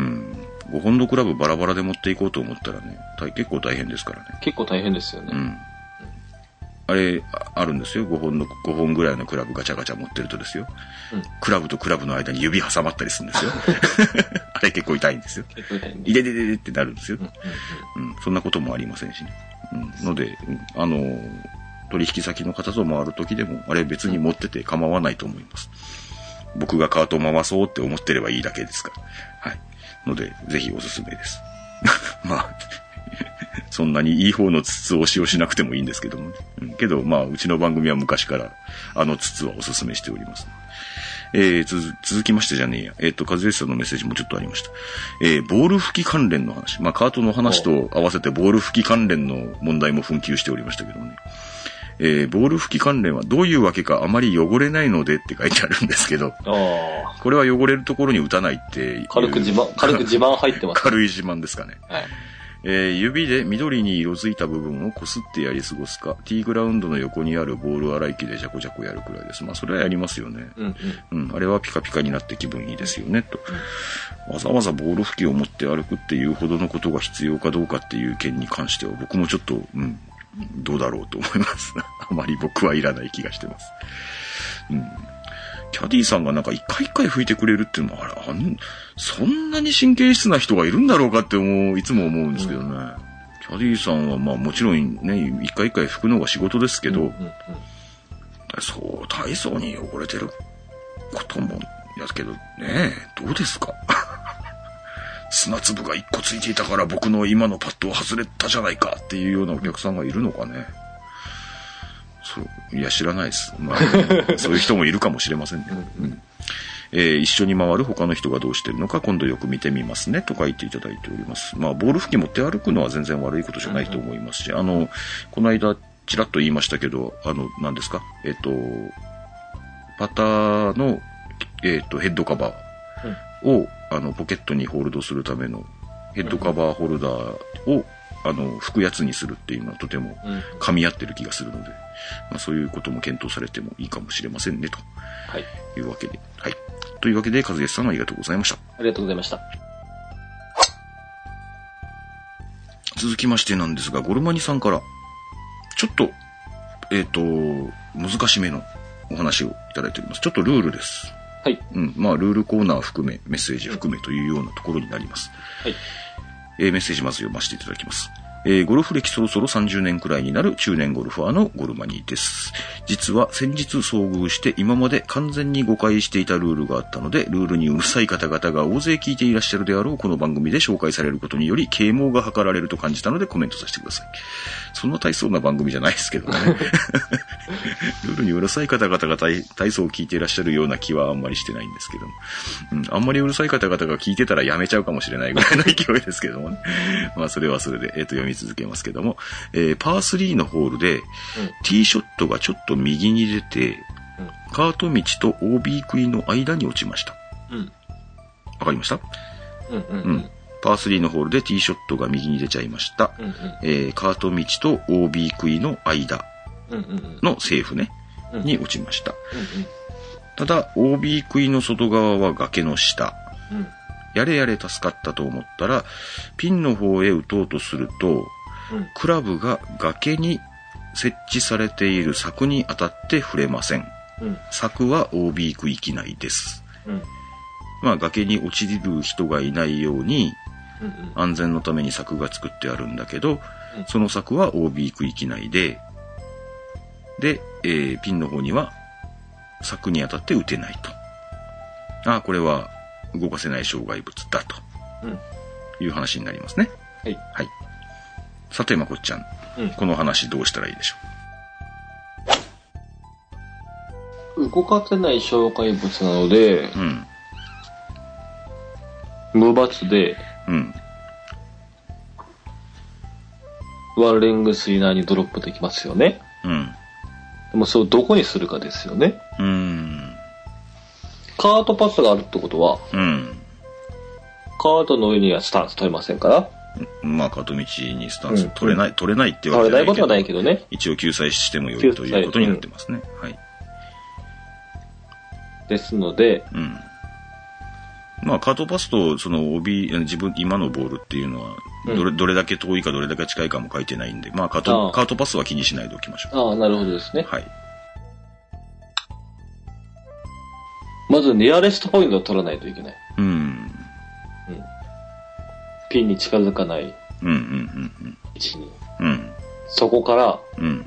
Speaker 2: うん。5本のクラブバラバラで持っていこうと思ったらね、大結構大変ですからね。
Speaker 3: 結構大変ですよ
Speaker 2: う
Speaker 3: ね。
Speaker 2: ん。あれ、ああるんですよ。5本の、5本ぐらいのクラブガチャガチャ持ってるとですよ。
Speaker 3: うん
Speaker 2: クラブとクラブの間に指挟まったりするんですよ。 あれ結構痛いんですよ。
Speaker 3: 結構大変
Speaker 2: いででででってなるんですよ
Speaker 3: う。ん、うん
Speaker 2: うん。そんなこともありませんしね。うん。ので、うんあのー、取引先の方と回る時でも、あれ別に持ってて構わないと思います。僕がカートを回そうって思ってればいいだけですから。はい。ので、ぜひおすすめです。まあ、 そんなにいい方の筒を使用しなくてもいいんですけどもね。うんけど、まあ、うちの番組は昔から、あの筒はおすすめしております。えー、つづ続きましてじゃねえや。えっ、と、和義さんのメッセージもちょっとありました。えー、ボール吹き関連の話。まあ、カートの話と合わせてボール吹き関連の問題も紛糾しておりましたけどね。えー、ボール吹き関連はどういうわけかあまり汚れないのでって書いてあるんですけど、
Speaker 3: ああ、
Speaker 2: これは汚れるところに打たないっていう
Speaker 3: 軽く自慢、軽く自慢入ってま す。
Speaker 2: 軽い自慢ですかね。
Speaker 3: はい。
Speaker 2: えー指で緑に色づいた部分をこすってやり過ごすか、ティーグラウンドの横にあるボール洗い機でジャコジャコやるくらいです。まあ、それはやりますよね。
Speaker 3: うん、うん。
Speaker 2: うん、あれはピカピカになって気分いいですよね、と。わざわざボール拭きを持って歩くっていうほどのことが必要かどうかっていう件に関しては、僕もちょっと、うん、どうだろうと思います。 あまり僕はいらない気がしてます。うん。キャディさんがなんか一回一回拭いてくれるっていうのは、あれ、あん、そんなに神経質な人がいるんだろうかって思う、いつも思うんですけどね。キャディさんはまあもちろんね、一回一回拭くのが仕事ですけど、
Speaker 3: うん、うん。
Speaker 2: そう、体操に汚れてることも、やけどねえ、どうですか砂粒が一個ついていたから僕の今のパッドを外れたじゃないかっていうようなお客さんがいるのかねそう、いや知らないです。まあ、 そういう人もいるかもしれませんね。うんえー一緒に回る他の人がどうしてるのか今度よく見てみますねと書いていただいております。まあ、ボール拭き持って歩くのは全然悪いことじゃないと思いますし、あの、この間、ちらっと言いましたけど、あの、何ですかえっ、と、パターの、えっ、と、ヘッドカバーを、あの、ポケットにホールドするための、ヘッドカバーホルダーを、あの、拭くやつにするっていうのはとても
Speaker 3: うん。
Speaker 2: 噛み合ってる気がするので、まあ、そういうことも検討されてもいいかもしれませんね、と
Speaker 3: はい。
Speaker 2: いうわけで。はい。というわけで、和義さんありがとうございました。
Speaker 3: ありがとうございました。
Speaker 2: 続きましてなんですが、ゴルマニさんから、ちょっと、えっ、と、難しめのお話をいただいております。ちょっとルールです。
Speaker 3: はい。
Speaker 2: うん。まあ、ルールコーナー含め、メッセージ含めというようなところになります。
Speaker 3: はい。
Speaker 2: えーメッセージまず読ませていただきます。えーゴルフ歴そろそろ30年くらいになる中年ゴルファーのゴルマニーです。実は先日遭遇して今まで完全に誤解していたルールがあったので、ルールにうるさい方々が大勢聞いていらっしゃるであろうこの番組で紹介されることにより啓蒙が図られると感じたのでコメントさせてください。そんな大層な番組じゃないですけどね。ルールにうるさい方々が大大層聞いていらっしゃるような気はあんまりしてないんですけども。うん、あんまりうるさい方々が聞いてたらやめちゃうかもしれないぐ らいの勢いですけどもね。まあ、それはそれで、えっ、と、読み続けますけども、えーパー3のホールで、ティーショットがちょっと右に出て、
Speaker 3: う
Speaker 2: カート道と OB 食いの間に落ちました。
Speaker 3: うん。
Speaker 2: わかりました
Speaker 3: うん。うん。
Speaker 2: う
Speaker 3: うんん。
Speaker 2: パー3のホールでティーショットが右に出ちゃいました。
Speaker 3: うん。
Speaker 2: えーカート道と OB 食いの間
Speaker 3: うん。うん。うん。
Speaker 2: のセーフね、
Speaker 3: うん
Speaker 2: に落ちました。
Speaker 3: う
Speaker 2: ただ、OB 食いの外側は崖の下。
Speaker 3: ん。うん。
Speaker 2: やれやれ助かったと思ったら、ピンの方へ打とうとすると、
Speaker 3: うん
Speaker 2: クラブが崖に設置されている柵に当たって触れません。
Speaker 3: うん。
Speaker 2: 柵は OB 区域内です。
Speaker 3: うん。
Speaker 2: まあ崖に落ちる人がいないように
Speaker 3: うん。
Speaker 2: 安全のために柵が作ってあるんだけど
Speaker 3: うん、
Speaker 2: その柵は OB 区域内で、で、えーピンの方には柵に当たって打てないと。ああ、これは動かせない障害物だと。
Speaker 3: うん。
Speaker 2: いう話になりますね。
Speaker 3: はい。
Speaker 2: はい。さて、まこっちゃん。
Speaker 3: うん
Speaker 2: この話どうしたらいいでしょ
Speaker 3: 動かせない障害物なので、
Speaker 2: う。うん。
Speaker 3: 無罰で
Speaker 2: うん。
Speaker 3: ワンレングスイナーにドロップできますよね。
Speaker 2: うん。
Speaker 3: でもそれをどこにするかですよね。
Speaker 2: うーん。
Speaker 3: カートパスがあるってことは、
Speaker 2: うん。
Speaker 3: カートの上にはスタンス取れませんから、
Speaker 2: まあ、片道にスタンス取れない、取れないってわ
Speaker 3: 取
Speaker 2: けじゃない
Speaker 3: れな
Speaker 2: い
Speaker 3: ことはない
Speaker 2: けど。
Speaker 3: けどね。
Speaker 2: 一応救済してもよいということになってますね。はい。
Speaker 3: ですので、
Speaker 2: うん。まあ、カートパスと、その、帯、自分、今のボールっていうのは、どれ、どれだけ遠いかどれだけ近いかも書いてないんで、まあ、カー
Speaker 3: あ
Speaker 2: ト、
Speaker 3: あ
Speaker 2: カートパスは気にしないでおきましょ
Speaker 3: ああ、なるほどです
Speaker 2: う。
Speaker 3: ね。
Speaker 2: はい。
Speaker 3: まずニアレストポイントを取らないといけない。
Speaker 2: うん。
Speaker 3: ピンに近づかない
Speaker 2: うん、うん、うん、
Speaker 3: 位置に。
Speaker 2: うん。うん、
Speaker 3: そこから、
Speaker 2: うん、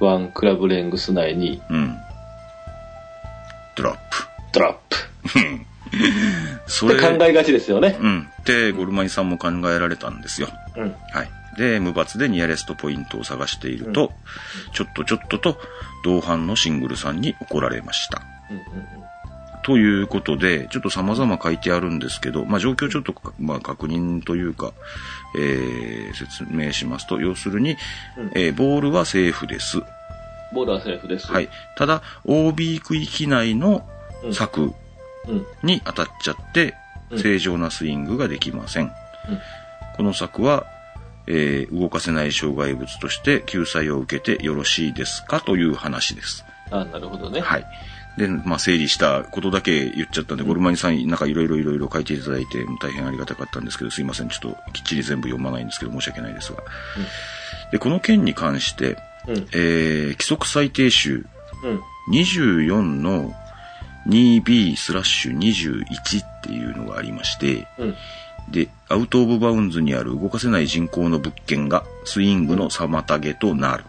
Speaker 3: ワンクラブレングス内に
Speaker 2: うん。ドラップ。
Speaker 3: ドラップ。
Speaker 2: そ
Speaker 3: って
Speaker 2: れ、
Speaker 3: 考えがちですよね。
Speaker 2: うん。で、ゴルマニさんも考えられたんですよ。
Speaker 3: うん。
Speaker 2: はい。で、無罰でニアレストポイントを探していると、ちょっとちょっとと、同伴のシングルさんに怒られました。
Speaker 3: うん
Speaker 2: ということで、ちょっと様々書いてあるんですけど、まあ、状況ちょっとか、まあ、確認というか、えー、説明しますと、要するに、
Speaker 3: うん
Speaker 2: えーボールはセーフです。
Speaker 3: ボーダーセーフです。
Speaker 2: はい。ただ、OB 区域内の
Speaker 3: うん。
Speaker 2: 柵
Speaker 3: うん。
Speaker 2: に当たっちゃって、
Speaker 3: うん
Speaker 2: 正常なスイングができません。
Speaker 3: うん
Speaker 2: この柵は、えー動かせない障害物として救済を受けてよろしいですかという話です。
Speaker 3: ああ、なるほどね。
Speaker 2: はい。で、まあ、整理したことだけ言っちゃったんで、ゴルマニさん、なんかいろいろいろいろ書いていただいて、大変ありがたかったんですけど、すいません。ちょっときっちり全部読まないんですけど、申し訳ないですが。で、この件に関して、
Speaker 3: うん。
Speaker 2: えー規則最低種
Speaker 3: うん。
Speaker 2: 24の 2B スラッシュ21っていうのがありまして、
Speaker 3: うん。
Speaker 2: で、アウトオブバウンズにある動かせない人工の物件がスイングの妨げとなる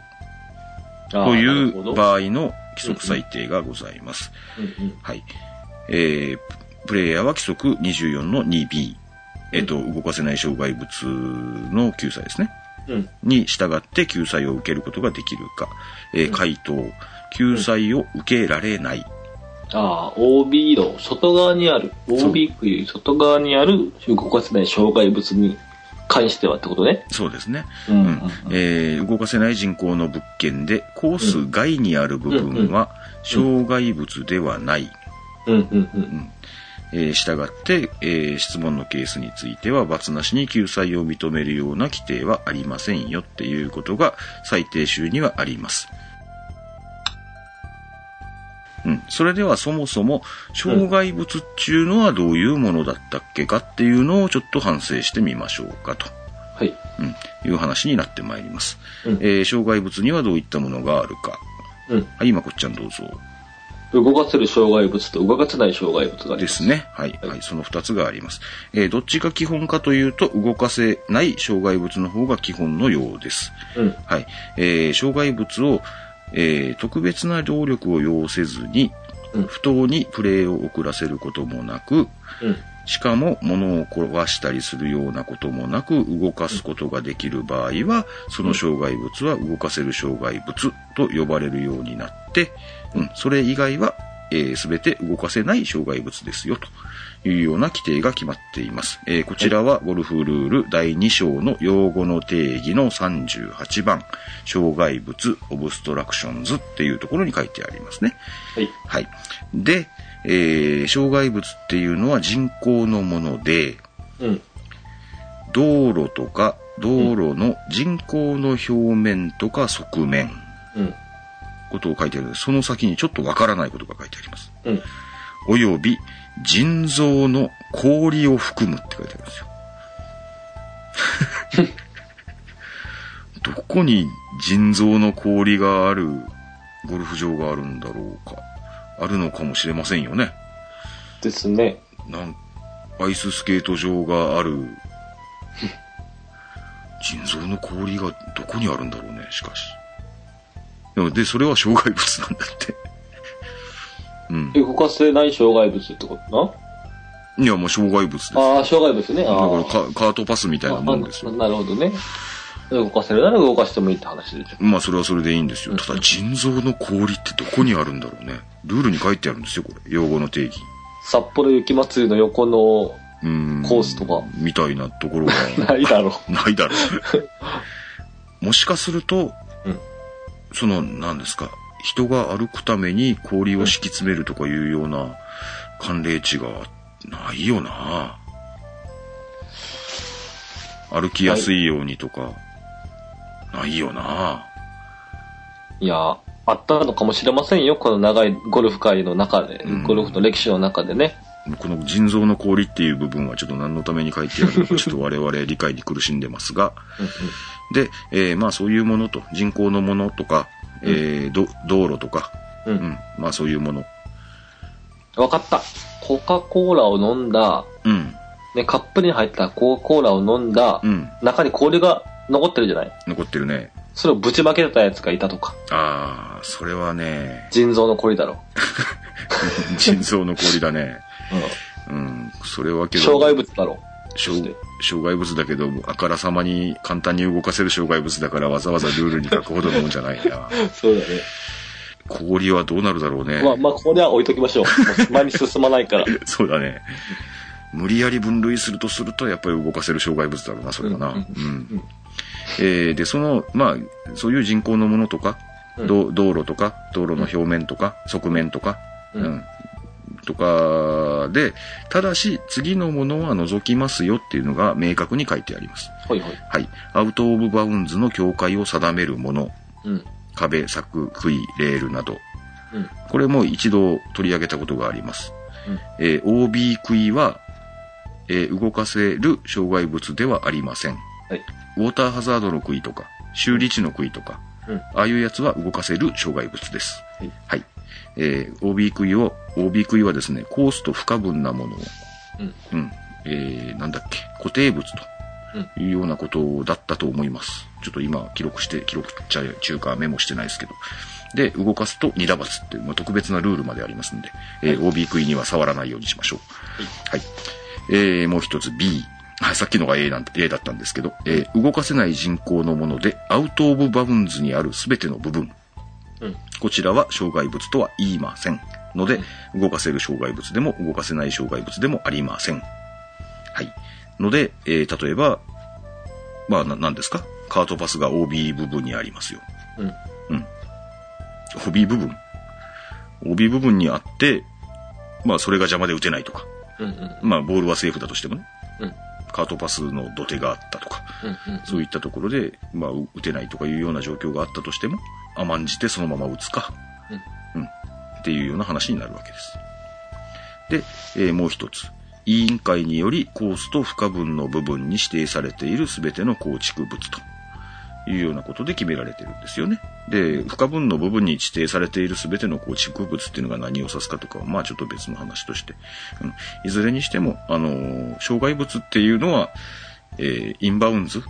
Speaker 3: ああ
Speaker 2: と
Speaker 3: ないるほど
Speaker 2: う場合の規則裁定がございます。
Speaker 3: うんうん。
Speaker 2: はい。えープレイヤーは規則24の 2B、えっ、と、動かせない障害物の救済ですね。
Speaker 3: うん。
Speaker 2: に従って救済を受けることができるか、えー回答、救済を受けられない、
Speaker 3: ああ、OB の外側にある、
Speaker 2: そう
Speaker 3: OB 区域外側にある動かせない障害物に関してはってことね。
Speaker 2: そうですね。
Speaker 3: うん
Speaker 2: うんえー動かせない人口の物件でコース外にある部分は障害物ではない、
Speaker 3: うんうんうん。
Speaker 2: えー従って、えー質問のケースについては罰なしに救済を認めるような規定はありませんよっていうことが最低集にはあります。うん、それではそもそも障害物っていうのはどういうものだったっけかっていうのをちょっと反省してみましょうかと。
Speaker 3: はい。
Speaker 2: うんいう話になってまいります。
Speaker 3: うん
Speaker 2: えー障害物にはどういったものがあるか。
Speaker 3: うん。
Speaker 2: はい、まこっちゃんどうぞ。
Speaker 3: 動かせる障害物と動かせない障害物があり
Speaker 2: で
Speaker 3: ますす。
Speaker 2: ね。はい。
Speaker 3: はい
Speaker 2: はい。その二つがあります。えーどっちが基本かというと、動かせない障害物の方が基本のようです。
Speaker 3: うん。
Speaker 2: はい。えー障害物を、えー特別な労力を要せずに
Speaker 3: うん、
Speaker 2: 不当にプレーを遅らせることもなく、
Speaker 3: うん。
Speaker 2: しかも物を壊したりするようなこともなく動かすことができる場合は、その障害物は動かせる障害物と呼ばれるようになって、うん、それ以外は、えー、全て動かせない障害物ですよというような規定が決まっています。えーこちらはゴルフルール第2章の用語の定義の38番、障害物オブストラクションズっていうところに書いてありますね。
Speaker 3: はい。
Speaker 2: はい。で、えー障害物っていうのは人工のもので、
Speaker 3: うん。
Speaker 2: 道路とか道路の人工の表面とか側面、
Speaker 3: うん。
Speaker 2: ことを書いてある。その先にちょっとわからないことが書いてあります。
Speaker 3: うん。
Speaker 2: および腎臓の氷を含むって書いてあるんですよ。 どこに腎臓の氷があるゴルフ場があるんだろうか。あるのかもしれませんよね。
Speaker 3: ですね。
Speaker 2: なん、アイススケート場があ る、腎臓の氷がどこにあるんだろうね、しかし。でもで、それは障害物なんだって。うん。
Speaker 3: 動かせない障害物ってこと
Speaker 2: いや、もう障害物です。だか
Speaker 3: なああ、障害物ね。あ
Speaker 2: ら
Speaker 3: あ。
Speaker 2: カカートパスみたいなもんです
Speaker 3: あ
Speaker 2: よ。
Speaker 3: なるほどね。動かせるなら動かしてもいいって話でしょ。
Speaker 2: まあ、それはそれでいいんですよ。
Speaker 3: うん
Speaker 2: ただ、腎臓の氷ってどこにあるんだろうね。ルールに書いてあるんですよ、これ。用語の定義。
Speaker 3: 札幌雪まつりの横の、
Speaker 2: うん。
Speaker 3: コースとか。
Speaker 2: みたいなとこ ろが。
Speaker 3: ないだろう。
Speaker 2: ないだろ う。もしかすると、
Speaker 3: うん
Speaker 2: その、何ですか、人が歩くために氷を敷き詰めるとかいうような寒冷地がないよな。歩きやすいようにとか、ないよな。
Speaker 3: いや、あったのかもしれませんよ。この長いゴルフ界の中で、
Speaker 2: うん
Speaker 3: ゴルフの歴史の中でね。
Speaker 2: この腎臓の氷っていう部分はちょっと何のために書いてあるの か、ちょっと我々理解に苦しんでますが、で、えーまあそういうものと、人工のものとか、えーど道路とか、
Speaker 3: うんうん。う。
Speaker 2: うんん、まあそういうもの。
Speaker 3: わかった。コカ・コーラを飲んだ、
Speaker 2: うん、
Speaker 3: ね、カップに入ったコカ・コーラを飲んだ
Speaker 2: う、ん、
Speaker 3: 中に氷が残ってるじゃない。
Speaker 2: 残ってるね。
Speaker 3: それをぶちまけたやつがいたとか。
Speaker 2: ああ、それはね、
Speaker 3: 腎臓の氷だろ
Speaker 2: 腎臓の氷だね。
Speaker 3: う。
Speaker 2: うん、それはけ
Speaker 3: ん。
Speaker 2: ど、
Speaker 3: 障害物だろ
Speaker 2: 障障害物だけど、あからさまに簡単に動かせる障害物だからわざわざルールに書くほどのもんじゃないな。
Speaker 3: う。そうだね。
Speaker 2: 氷はどうなるだろうね。
Speaker 3: まあ、まあ、これは置いときましょう。もう前に進まないから。
Speaker 2: そうだね。無理やり分類するとすると、やっぱり動かせる障害物だろうな、それはな。う
Speaker 3: うんん
Speaker 2: えーで、その、まあ、そういう人工のものとか、
Speaker 3: うん
Speaker 2: ど道路とか、道路の表面とか、側面とか、
Speaker 3: う
Speaker 2: うん。とかで、ただし、次のものは除きますよっていうのが明確に書いてあります。
Speaker 3: ほいほい。
Speaker 2: はい。アウトオブバウンズの境界を定めるもの、
Speaker 3: うん。
Speaker 2: 壁、柵、杭、レールなど。
Speaker 3: うん
Speaker 2: これも一度取り上げたことがあります。
Speaker 3: うん
Speaker 2: えー OB 杭は、えー動かせる障害物ではありません。
Speaker 3: はい
Speaker 2: ウォーターハザードの杭とか、修理地の杭とか、
Speaker 3: うん
Speaker 2: ああいうやつは動かせる障害物です。
Speaker 3: はい
Speaker 2: えー OB 杭を、OB 杭はですね、コースと不可分なものを、
Speaker 3: うん
Speaker 2: えーなんだっけ、固定物と。いうようなことだったと思います。ちょっと今、記録して、記録ちゃ中かメモしてないですけど。で、動かすと二打罰っていう、まあ、特別なルールまでありますんで、えー OB 食いには触らないようにしましょう。はい。えー、もう一つ B。あ さっきのが A なんて、A だったんですけど、えー動かせない人工のもので、アウトオブバウンズにあるすべての部分。
Speaker 3: うん
Speaker 2: こちらは障害物とは言いません。ので、動かせる障害物でも動かせない障害物でもありません。はい。ので、えー例えば、まあ、な、なんですかカートパスが OB 部分にありますよ。
Speaker 3: うん。
Speaker 2: うん。OB 部分 ?OB 部分にあって、まあ、それが邪魔で打てないとか。
Speaker 3: うんうん。
Speaker 2: まあ、ボールはセーフだとしてもね。
Speaker 3: うん。
Speaker 2: カートパスの土手があったとか、
Speaker 3: うんうん。
Speaker 2: そういったところで、まあ、う打てないとかいうような状況があったとしても、甘んじてそのまま打つか。うん。っていうような話になるわけです。で、えーもう一つ。委員会によりコースと不可分の部分に指定されている全ての構築物と。いうようなことで決められてるんですよね。で、不可分の部分に指定されている全てのこう植物っていうのが何を指すかとかは、まあちょっと別の話として。うん、いずれにしても、あのー障害物っていうのは、えーインバウンズ、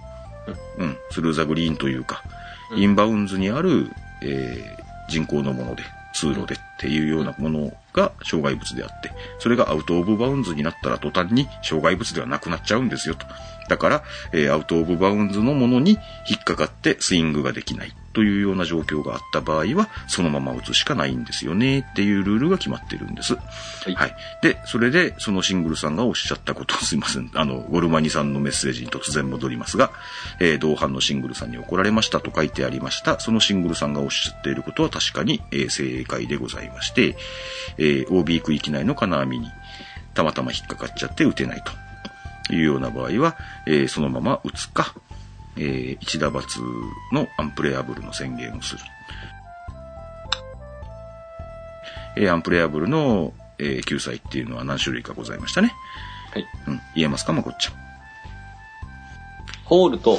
Speaker 2: うん、スルーザグリーンというか、
Speaker 3: うん
Speaker 2: インバウンズにある、えー人工のもので、通路でっていうようなものが障害物であって、それがアウトオブバウンズになったら途端に障害物ではなくなっちゃうんですよと。だから、えーアウトオブバウンズのものに引っかかってスイングができないというような状況があった場合は、そのまま打つしかないんですよねっていうルールが決まってるんです。
Speaker 3: い
Speaker 2: はい。で、それで、そのシングルさんがおっしゃったこと、 すいません。あの、ゴルマニさんのメッセージに突然戻りますが、えー同伴のシングルさんに怒られましたと書いてありました。そのシングルさんがおっしゃっていることは確かに、えー正解でございまして、えー OB 区域内の金網にたまたま引っかかっちゃって打てないというような場合は、えーそのまま打つか、えー一打罰のアンプレアブルの宣言をする。えーアンプレアブルの、えー救済っていうのは何種類かございましたね。
Speaker 3: はい。
Speaker 2: うん。言えますかまこっち
Speaker 3: ホールと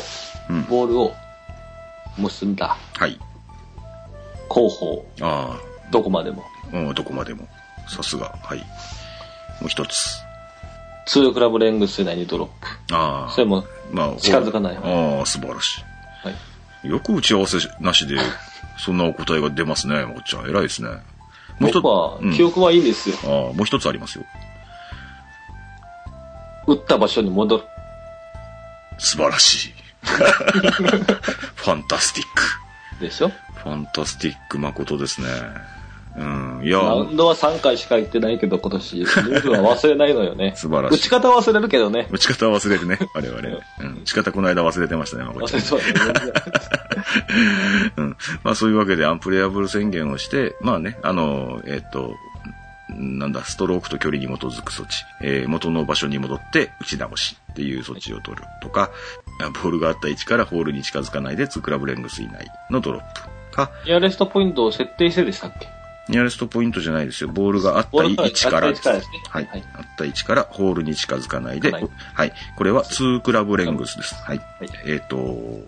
Speaker 2: ゃん。うん。
Speaker 3: ボールを結んだ
Speaker 2: はい。
Speaker 3: 後方、
Speaker 2: あ
Speaker 3: どこまでも。
Speaker 2: あ、うん、どこまでも。さすが。はい。もう一つ。
Speaker 3: ツークラブレングス内にドロップ。
Speaker 2: ああ。
Speaker 3: それも、
Speaker 2: まあ、
Speaker 3: 近づかない
Speaker 2: ああ、素晴らし
Speaker 3: はい。
Speaker 2: い。よく打ち合わせなし で、そんなお答えが出ますね、まこっちゃん。偉いですね。もう一つ
Speaker 3: 僕は
Speaker 2: う、ん
Speaker 3: 記憶はいいんですよ。
Speaker 2: ああ、もう一つありますよ。
Speaker 3: 打った場所に戻る。
Speaker 2: 素晴ら しい。ファンタスティック。
Speaker 3: でしょ
Speaker 2: ファンタスティック誠ですね。うん。いや、。
Speaker 3: ラウンドは3回しか行ってないけど、今年、ルールは忘れないのよね
Speaker 2: 素晴らしい
Speaker 3: 打ち方は忘れるけどね。
Speaker 2: 打ち方は忘れるね、我々ね。うん。打ち方この間忘れてましたね、まこっ
Speaker 3: 忘
Speaker 2: ちゃ
Speaker 3: れ
Speaker 2: ん。
Speaker 3: そうだね。
Speaker 2: うん。まあそういうわけでアンプレアブル宣言をして、まあね、あの、えっ、と、なんだ、ストロークと距離に基づく措置、えー元の場所に戻って打ち直しっていう措置を取るとか、あボールがあった位置からホールに近づかないで2クラブレングス以内のドロップか、
Speaker 3: ニアレストポイントを設定してでしたっけ
Speaker 2: ニアレストポイントじゃないですよ。ボールがあった位置から。
Speaker 3: ボールがあった位置からですね
Speaker 2: はい
Speaker 3: はい。
Speaker 2: あった位置からホールに近づかないで。
Speaker 3: はい
Speaker 2: はい。これは2クラブレングスです。はい。
Speaker 3: い
Speaker 2: えっ、と、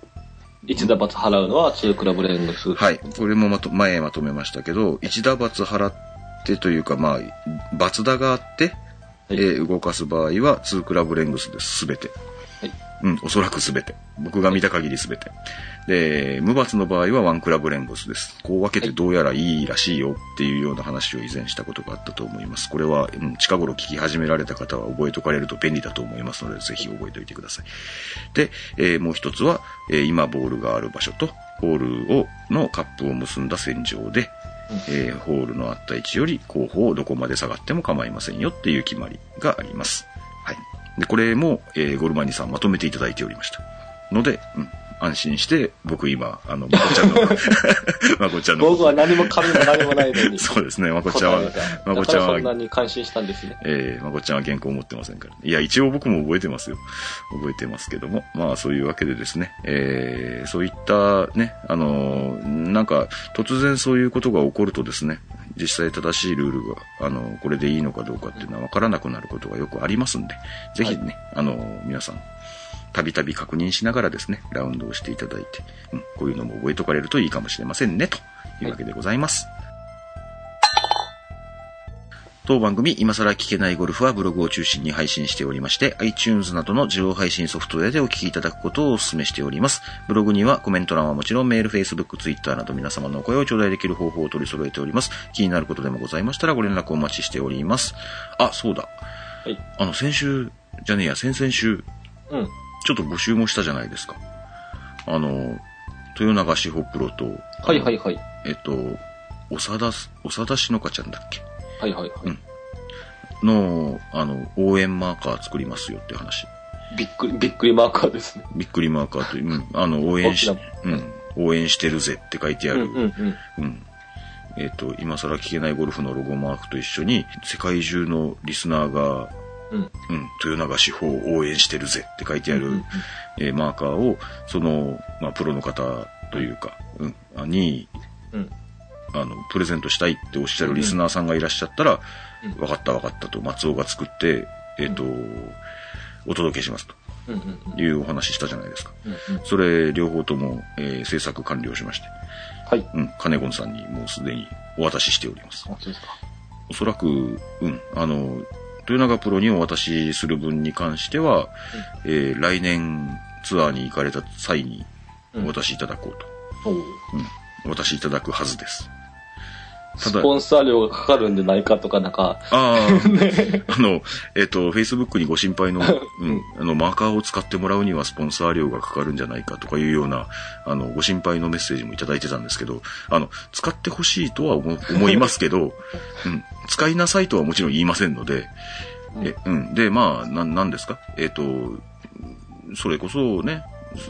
Speaker 3: 一打罰払うのはツークラブレングス。
Speaker 2: はい。これもまと、前まとめましたけど、一打罰払ってというか、まあ、罰打があって、えー動かす場合は、ツークラブレングスです、すべて。
Speaker 3: はい
Speaker 2: うん、おそらくすべて。僕が見た限りすべて。で、無罰の場合はワンクラブレングスです。こう分けてどうやらいいらしいよっていうような話を以前したことがあったと思います。これは、うん、近頃聞き始められた方は覚えとかれると便利だと思いますので、ぜひ覚えておいてください。で、えーもう一つは、えー今ボールがある場所と、ホールを、のカップを結んだ線上で、えーホールのあった位置より後方をどこまで下がっても構いませんよっていう決まりがあります。はい。で、これも、えーゴルマニさんまとめていただいておりました。ので、うん、安心して、僕今、あの、まこちゃ んの、まこちゃんの、
Speaker 3: 僕は何も紙も何もないの に。
Speaker 2: そうですね、まこちゃん
Speaker 3: 答え
Speaker 2: はま
Speaker 3: が。、
Speaker 2: こ
Speaker 3: だか
Speaker 2: ちゃ
Speaker 3: ら
Speaker 2: ん
Speaker 3: そ
Speaker 2: は
Speaker 3: んなに感心したんですね。
Speaker 2: えー、まこっちゃんは原稿を持ってませんから、ね。いや、一応僕も覚えてますよ。覚えてますけども。まあ、そういうわけでですね、えー、そういったね、あのーなんか、突然そういうことが起こるとですね、実際正しいルールが、あのーこれでいいのかどうかっていうのは分からなくなることがよくありますんで、ぜひね、あのー皆さん、たびたび確認しながらですね、ラウンドをしていただいて、うん、こういうのも覚えとかれるといいかもしれませんね、というわけでございます。当番組、今更聞けないゴルフはブログを中心に配信しておりまして、iTunes などの自動配信ソフトウェアでお聞きいただくことをお勧めしております。ブログにはコメント欄はもちろんメール、Facebook、Twitter など皆様のお声を頂戴できる方法を取り揃えております。気になることでもございましたらご連絡お待ちしております。あ、そうだ。
Speaker 3: はい。
Speaker 2: あの、先週、じゃねえや、先々週、
Speaker 3: うん。
Speaker 2: ちょっと募集もしたじゃないですか。あの、豊永志保プロと、
Speaker 3: はいはいはい。
Speaker 2: えっと、長田す、長田しのかちゃんだっけ
Speaker 3: はいはいはい。
Speaker 2: うんの、あの、応援マーカー作りますよって話。
Speaker 3: びっくり、びっくりマーカーですね。
Speaker 2: びっくりマーカーという、うん、あの、応援し
Speaker 3: 大き、
Speaker 2: うん、応援してるぜって書いてあ
Speaker 3: うん
Speaker 2: る、
Speaker 3: うんうん。
Speaker 2: うん。えっ、と、今更聞けないゴルフのロゴマークと一緒に、世界中のリスナーが、
Speaker 3: うん。
Speaker 2: うん、豊永志保を応援してるぜって書いてある、
Speaker 3: うんうんうん
Speaker 2: えーマーカーを、その、まあ、プロの方というか、うん、あに、
Speaker 3: うん。
Speaker 2: あの、プレゼントしたいっておっしゃるリスナーさんがいらっしゃったら、
Speaker 3: うん
Speaker 2: わかったわかったと松尾が作って、えっ、と、お届けしますと。
Speaker 3: うんうんうん
Speaker 2: いうお話したじゃないですか。
Speaker 3: うんうん
Speaker 2: それ、両方とも、えー制作完了しまして、
Speaker 3: はい。
Speaker 2: うん、カネゴンさんにもうすでにお渡ししております。
Speaker 3: 本当ですか。
Speaker 2: おそらく、うん、あの、豊永プロにお渡しする分に関しては、えー来年ツアーに行かれた際にお渡しいただこうと。
Speaker 3: おう
Speaker 2: お渡しいただくはずです。た
Speaker 3: ス
Speaker 2: だ
Speaker 3: ポンサー料がかかるんじゃないかとか、なんか、
Speaker 2: ああ、 あの、えっ、と、Facebook にご心配の、うん、あの、マーカーを使ってもらうにはスポンサー料がかかるんじゃないかとかいうような、あの、ご心配のメッセージもいただいてたんですけど、あの、使ってほしいとは思思いますけど、うん、使いなさいとはもちろん言いませんので、え、うん、で、まあ、な、なんですかえっ、と、それこそね、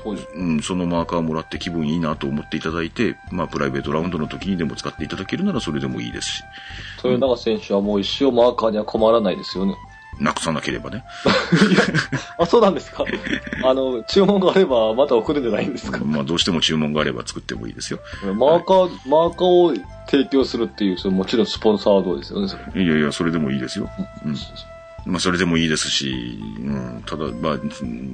Speaker 3: こういう
Speaker 2: うん、そのマーカーもらって気分いいなと思っていただいて、まあ、プライベートラウンドの時にでも使っていただけるならそれでもいいですし、
Speaker 3: 豊永選手はもう一生マーカーには困らないですよね。
Speaker 2: なくさなければね。
Speaker 3: あ、そうなんですか あの、注文があればまた送るんじゃないんですか
Speaker 2: まあ、どうしても注文があれば作ってもいいですよ。
Speaker 3: マーカー、マーカーを提供するっていう、それもちろんスポンサーどうですよね、それ。
Speaker 2: いやいや、それでもいいですよ。まあ、それでもいいですし、うん、ただ、まあ、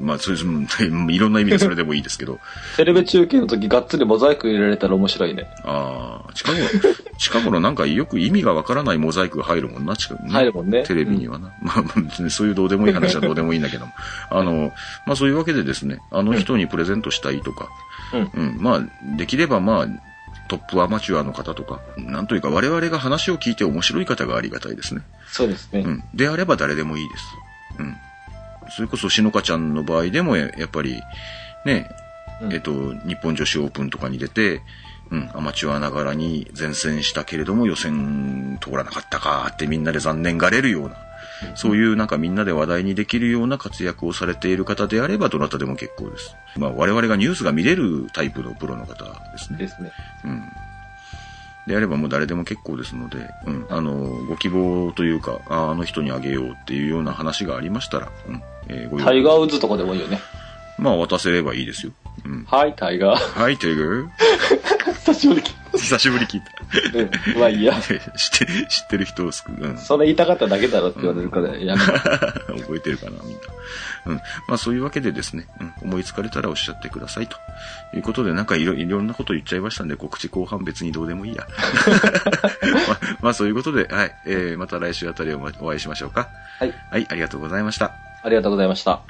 Speaker 2: まあ、それ、 うんいろんな意味でそれでもいいですけど、
Speaker 3: テレビ中継の時がっつりモザイク入れられたら面白いね。
Speaker 2: ああ、近頃、 近頃なんかよく意味がわからないモザイクが入るもんな、近く
Speaker 3: 入るもんね
Speaker 2: テレビにはな。まあまあ、別にそういうどうでもいい話はどうでもいいんだけど も。あの、まあそういうわけでですね、あの人にプレゼントしたいとか、、
Speaker 3: うん
Speaker 2: まあ、できればまあ、トップアマチュアの方とか、なんというか我々が話を聞いて面白い方がありがたいですね。
Speaker 3: そうですね。
Speaker 2: うん。であれば誰でもいいです。うん。それこそ、しのかちゃんの場合でも、ややっぱり、ね、
Speaker 3: うん
Speaker 2: えっと、日本女子オープンとかに出て、うん、アマチュアながらに前線したけれども予選通らなかったかってみんなで残念がれるような、そういうなんかみんなで話題にできるような活躍をされている方であればどなたでも結構です。まあ我々がニュースが見れるタイプのプロの方ですね。
Speaker 3: ですね。
Speaker 2: うん。であればもう誰でも結構ですので、うん、あの、ご希望というか、ああの人にあげようっていうような話がありましたら、うん、えーご
Speaker 3: タイガ
Speaker 2: を
Speaker 3: ーウッズとかでもいいよね。
Speaker 2: まあ渡せればいいですよ。うん。
Speaker 3: はい、タイガー。
Speaker 2: はい、テイグ
Speaker 3: 久しぶりに聞い
Speaker 2: ー。 久しぶり聞いた。
Speaker 3: たね。まあいいや。
Speaker 2: 知って、知ってる人をすく、うん。
Speaker 3: それ言いたかっただけだろって言われるから、やめろ
Speaker 2: 覚えてるかな、みんな。うん。まあそういうわけでですね、うん、思いつかれたらおっしゃってくださいと。いうことで、なんかいろ、いろんなこと言っちゃいましたんで、告知後半別にどうでもいいや。 まあ、まあそういうことで、はい。えー、また来週あたりおお会いしましょうか。
Speaker 3: はい。
Speaker 2: はい、ありがとうございました。
Speaker 3: ありがとうございました。